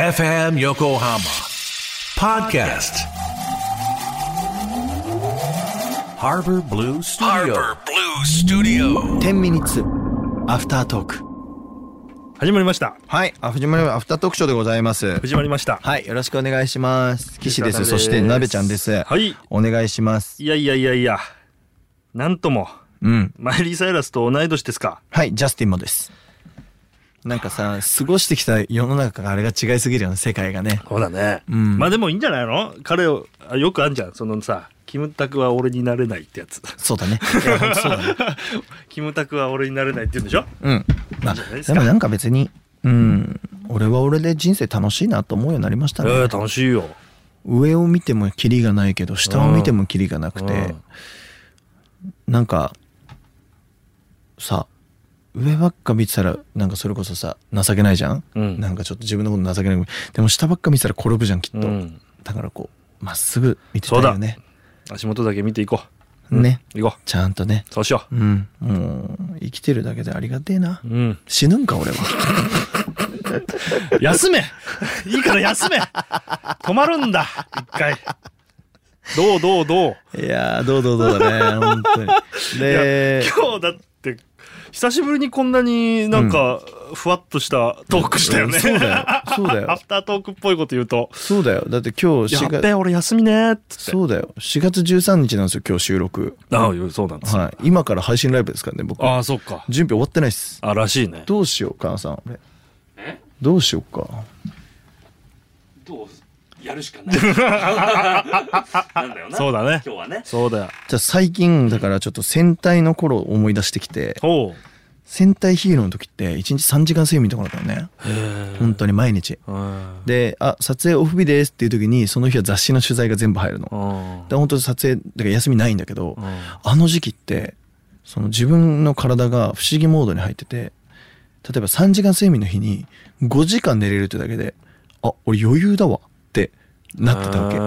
FM Yokohama Podcast Harbor Blue Studio 10ミニッツアフタートーク始まりましたはいあ藤森アフタートークショーでございます始まりましたはいよろしくお願いします岸ですそしてですなべちゃんですはいお願いしますいやいやいやいやなんともうんマイリー・サイラスと同い年ですかはいジャスティンもですなんかさ過ごしてきた世の中があれが違いすぎるよね世界がねそうだねうんまあでもいいんじゃないの彼をあよくあんじゃんそのさキムタクは俺になれないってやつ そうだねいやそうだねキムタクは俺になれないって言うんでしょうんまあいいんじゃないですでかもなんか別にうん俺は俺で人生楽しいなと思うようになりましたね、ええ楽しいよ上を見てもキリがないけど下を見てもキリがなくて、なんかさ上ばっか見てたらなんかそれこそさ情けないじゃん、うんなんかちょっと自分のこと情けないでも下ばっか見てたら転ぶじゃんきっうと、んだからこうまっすぐ見てたいよね足元だけ見ていこうねうん行こちゃんとねうそうしようんもう生きてるだけでありがてえな、ううん死ぬんか俺 は休め いいから休め止まるんだ一回どうどうどういやーどうどうどうだね本 当にで今日だって久しぶりにこんなになんかふわっとしたトークしたよね、そうだよそうだ アよフタートークっぽいこと言うとそうだよだって今「日や4っ月べ俺休みね」っつってそうだよ4月13日なんですよ今日収録ああそうなんでよはい今から配信ライブですからね僕ああそっか準備終わってないっすあらしいねどうしようかなさん俺どうしようかどうやるしかない。なんだよな。そうだね今日はね。そうだよじゃあ最近だからちょっと戦隊の頃を思い出してきておう戦隊ヒーローの時って1日3時間睡眠とかだったのね本当に毎日うんで「あ撮影オフ日です」っていう時にその日は雑誌の取材が全部入るのうんで本当に撮影だから休みないんだけどうんあの時期ってその自分の体が不思議モードに入ってて例えば3時間睡眠の日に5時間寝れるってだけであ俺余裕だわってなってたわけ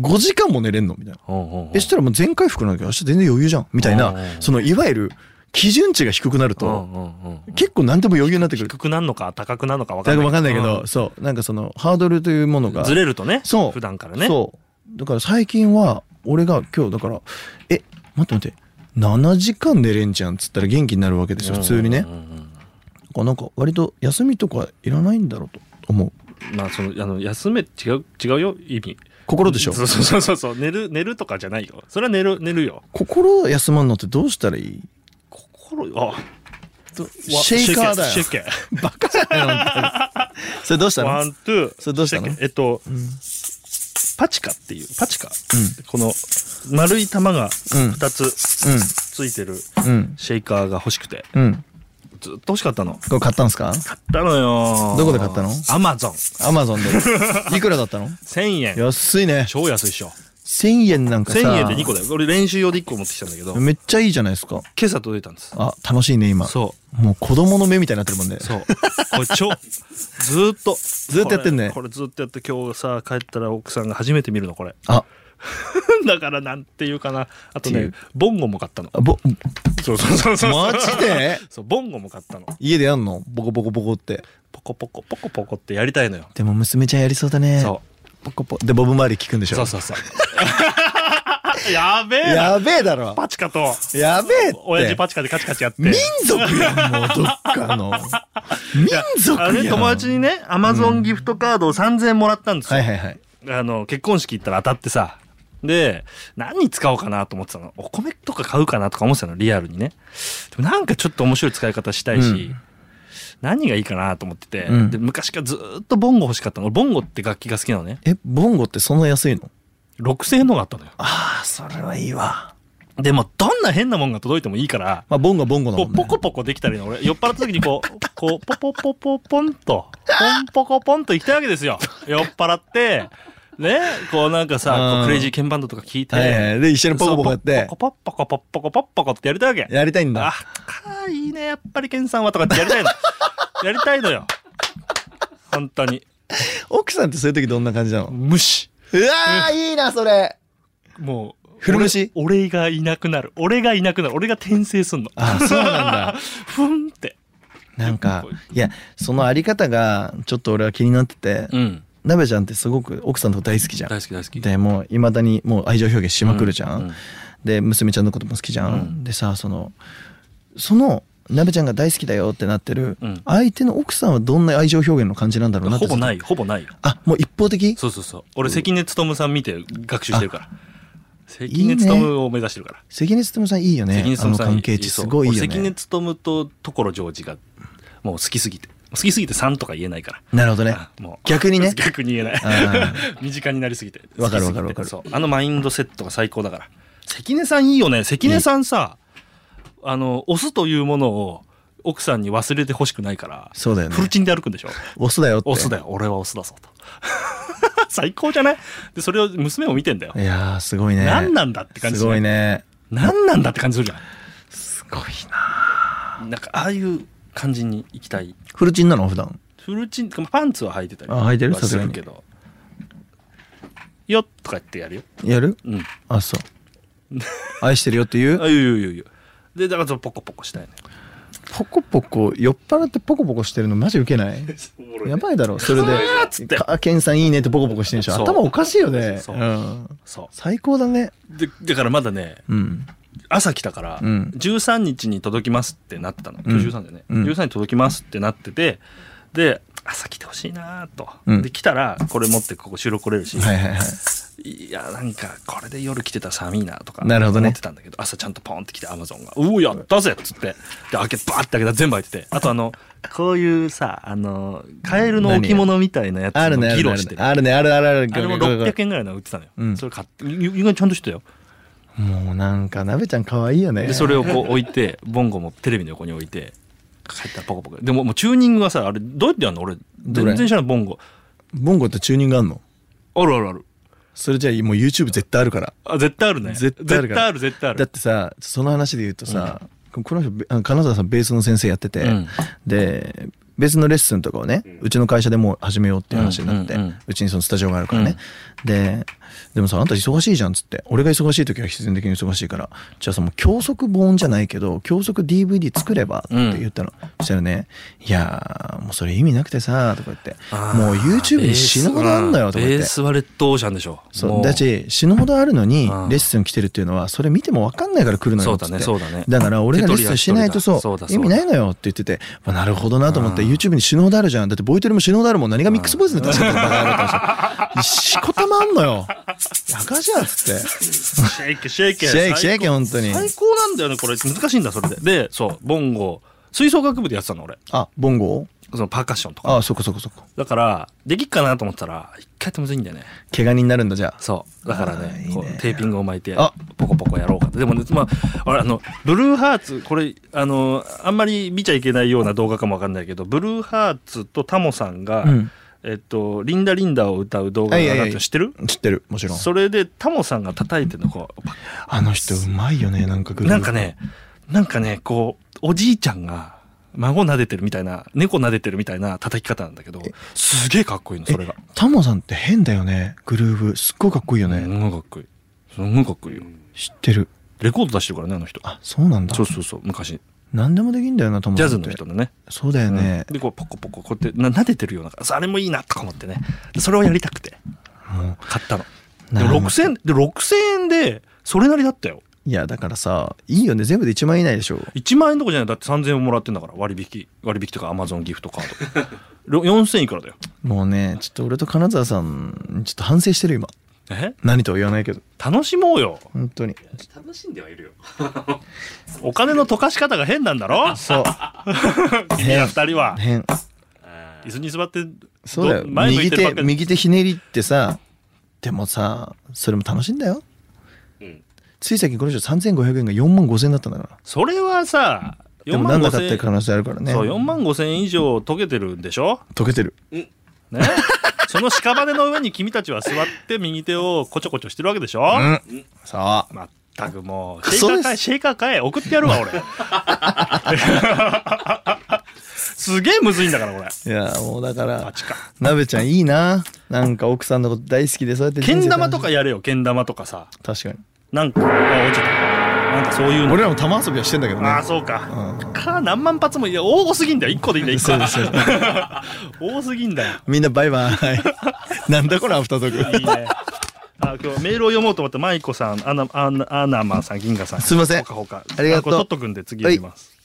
5時間も寝れんのみたいなほうほうほうえそしたらもう全回復なんだけど明日全然余裕じゃんみたいなうんそのいわゆる基準値が低くなるうとんうんうんうん結構何でも余裕になってくる低くなんのか高くなんのか分だかんかないら分かんないけどそうなんかそのハードルというものうんがずれるとねそう普段からねそうだから最近は俺が今日だから「え待って待って7時間寝れんじゃん」っつったら元気になるわけですよ普通にねうんうんなんか割と休みとかいらないんだろうと思ううんまあそのあの休め違う違うよ意味心でしょそうそうそうそうそう寝る寝るとかじゃないよそれは寝る寝るよ心休まんのってどうしたらいい心あシェイカーだシェよイカーバカじゃない本当 にそれどうしたワのンツーそれどうしたのシェイカーえっと、パチカっていうパチカ、この丸い玉がうん2つついてるうんシェイカーが欲しくてうんずっと欲しかったのこれ買ったんすか買ったのよどこで買ったのアマゾンアマゾン でいくらだったの1000円安いね超安いっしょ1000円なんかさ1000円で2個だよ俺練習用で1個持ってきたんだけど今めっちゃいいじゃないですか朝届いたんですあ楽しいね今そうもう子供の目みたいになってるもんねそう。これ超、ずーっと。ずっとやってんねこれずっとやって今日さ、帰ったら奥さんが初めて見るの、これ。 あだからなんていうかな。あとっていねう、ボンゴも買ったの。ぼそうそうそうそう。マジで そう、ボンゴも買ったの。家でやんのボコボコボコってポコポコポコポコってやりたいのよ。でも娘ちゃんやりそうだねそポコポでボブ周り聞くんでしう。ょそうそうそう。 やべえな。やべえだろパチカと、やべえって親父パチカでカチカチやって。民族やんもうどっか の民族あやんれね友達にね、アマゾンギフトカードを3000円もらったんですよはい。はいはいあの、結婚式行ったら当たってさ、で、何に使おうかなと思ってたの。お米とか買うかなとか思ってたの、リアルにね。でもなんかちょっと面白い使い方したいし、うん何がいいかなと思ってて、うんで昔からずーっとボンゴ欲しかったの。ボンゴって楽器が好きなのね。えボンゴってそんな安いの6000円のがあったのよ。ああそれはいいわでも、どんな変なもんが届いてもいいから、まあボンゴはボンゴだこもうんポねコポコできたりの俺酔っ払った時にこうこうポポポポポンとポンポコポンと行きたいわけですよ酔っ払ってねこうなんかさうんこうクレイジーケンバンドとか聞いて、はいはいで一緒にポコポコやってそうポコポコポコポコポコポコってやりたいわけやりたいんあだかいいねやっぱりケンさんはとかってやりたいのやりたいのよ本当に奥さんってそういう時どんな感じなの無視うわーいいなそれもう古虫俺俺 がいなくなる俺がいなくなる俺が転生すんのあそうなんだふんってなんかいやそのあり方がちょっと俺は気になってて、うんなべちゃんってすごく奥さんのこと大好きじゃん大好き大好きでもういまだにもう愛情表現しまくるじゃん、ううで娘ちゃんのことも好きじゃん、うんでさそのそのなべちゃんが大好きだよってなってる、うん相手の奥さんはどんな愛情表現の感じなんだろうなってほぼないいよほぼないよあもう一方的そうそうそう俺関根勤さん見て学習してるから関根勤を目指してるから関根勤さんいいよね関根あ勤のさん関係値そすうごいいいよ俺関根ね勤と所ジョージがもう好きすぎて好きすぎて3とか言えないからなるほどねあもう逆にね 逆に言えないあ 身近になりすぎてわかる好きすぎてわかるわかるそうあのマインドセットが最高だから関根さんいいよね関根さんさあのオスというものを奥さんに忘れてほしくないからそう だよねフルチンで歩くんでしょオスだよってオスだよ俺はオスだぞと 最高じゃないでそれを娘も見てんだよ、いやーすごいね何なんだって感じすごいね何なんだって感じするじゃすごいなんなんかああいう感じに行きたいフルチンなの普段フルチンまあパンツは履いてたりあ履いてるはするけどよっとか言ってやるよやるうんあそう 愛してるよっていうあいやいやいやいやでだからそのポコポコしたいねポコポコ酔っ払ってポコポコしてるのマジウケないおもろいやばいだろそれうわーっつっでて「かケンさんいいね」ってポコポコしてんでしょそう頭おかしいよねそううんそ最高だねうでだからまだねうん朝来たから、うん13日に届きますってなってたの今日13だよね、うん13日に届きますってなっててで朝来てほしいなと、うんで来たらこれ持ってここ収録来れるし、はいはいはいいやなんかこれで夜来てたら寒いなとかなるほどね思ってたんだけど朝ちゃんとポンって来てアマゾンが「うおやったぜ!」っつってで開けバーって開けたら全部開い ててあとあのこういうさあのカエルの置物みたいなやつあるねのあ議るね論してるあるねあるあるあるあれごもめんごめんごめん600円ぐらいの売ってたのよ、うんそれ買ってゆゆがちゃんとしてたよもうなんかなべちゃん可愛いよねでそれをこう置いてボンゴもテレビの横に置いて帰ったらポコポコでももうチューニングはさあれどうやってやるの俺れ全然知らないボンゴボンゴってチューニングあんのあるあるあるそれじゃあもう YouTube 絶対あるからあ絶対あるね絶対あるから絶対あるだっ絶てさその話で言うとさ、この人べあの金沢さんベースの先生やってて、うんでベースのレッスンとかをね、うちの会社でもう始めようっていう話になって、ううんうんうんちにそのスタジオがあるからね、ででもさあんた忙しいじゃんっつって俺が忙しい時は必然的に忙しいからじゃあさもう教則本じゃないけど教則 DVD 作ればって言ったの、そしたらね「いやーもうそれ意味なくてさ」とか言って「対もう YouTube に死ぬほどあんのよ」とか言っベてー。スはレッドオーシャンでしょそもうだし死ぬほどあるのにうんレッスン来てるっていうのはそれ見ても分かんないから来るのよそっうつだってねそうだねだから俺がレッスンしないとそ手取り足取りだそうだうそ意うだ味ないのよって言っててまあなるほどなと思って YouTube に死ぬほどあるじゃんだってボイトレも死ぬほどあるもん何がミックスボイスで出したのバカ野郎って話しこたまあんのよ やかじゃんっつってシェイクシェイクシェイクシェイク本当に最高なんだよねこれ難しいんだそれででそうボンゴ吹奏楽部でやってたの俺あボンゴそのパーカッションとかあそこそこそこだからできっかなと思ったら一回やってもむずいんだよね怪我人になるんだじゃあそうだからねあーいいねこうテーピングを巻いてあポコポコやろうかとでもねまああれあのブルーハーツこれあのあんまり見ちゃいけないような動画かもわかんないけどブルーハーツとタモさんが、うんえっと「リンダリンダ」を歌う動画はいがはいあはっいて知ってる知ってるもちろんそれでタモさんが叩いてるのこうパあの人うまいよねなんかグループなんかねなんかねこうおじいちゃんが孫撫でてるみたいな猫撫でてるみたいな叩き方なんだけどすげえかっこいいのそれがタモさんって変だよねグルーブすっごいかっこいいよすねごいかっこいいすごいかっこいいよ知ってるレコード出してるからねあの人あそうなんだそうそうそう昔何でもできんだよなタモジさんャってズの人のねそうだよねうん、でこうポコポコこうやってな撫でてるようなそうあれもいいなとか思ってねでそれをやりたくても買ったのうでも6000円で6000円でそれなりだったよいやだからさいいよね全部で1万円以内でしょ1万円とかじゃないだって3000円もらってんだから割引割引とかアマゾンギフトカード4000いくらだよもうねちょっと俺と金沢さんちょっと反省してる今え何とは言わないけど楽しもうよ本当に楽しんではいるよ。お金の溶かし方が変なんだろ そう君ら2人は変あー椅子に座ってそうだよど前向い右てるばっ手かり右手ひねりってさでもさそれも楽しいんだようん。つい最近この人3500円が4万5000円だったんだからそれはさで4も万何だ5かっ千て円、可能性あるからねそう4万5千円以上溶けてるんでしょ溶けてるね、その屍の上に君たちは座って右手をこちょこちょしてるわけでしょ、うんさあまったくも うクシェソですイカー買えシェイカー買え送ってやるわ 俺すげえむずいんだからこれいやもうだからパチかなべちゃんいいななんか奥さんのこと大好きでそうやってけん玉人生楽しとかやれよけん玉とかさ確かになんかあ落ちちゃっなんかそういうの俺らも玉遊びはしてんだけどねああそうか、うか何万発もいや多すぎんだよ1個でいいんだよそうで 1個多すぎんだよみんなバイ バイなんだこのアフタートークいいねあ今日メールを読もうと思ったマイコさんアナアナアナマンさん銀河さんすいませんほかほかありがとうこれ取っとくんで次読みます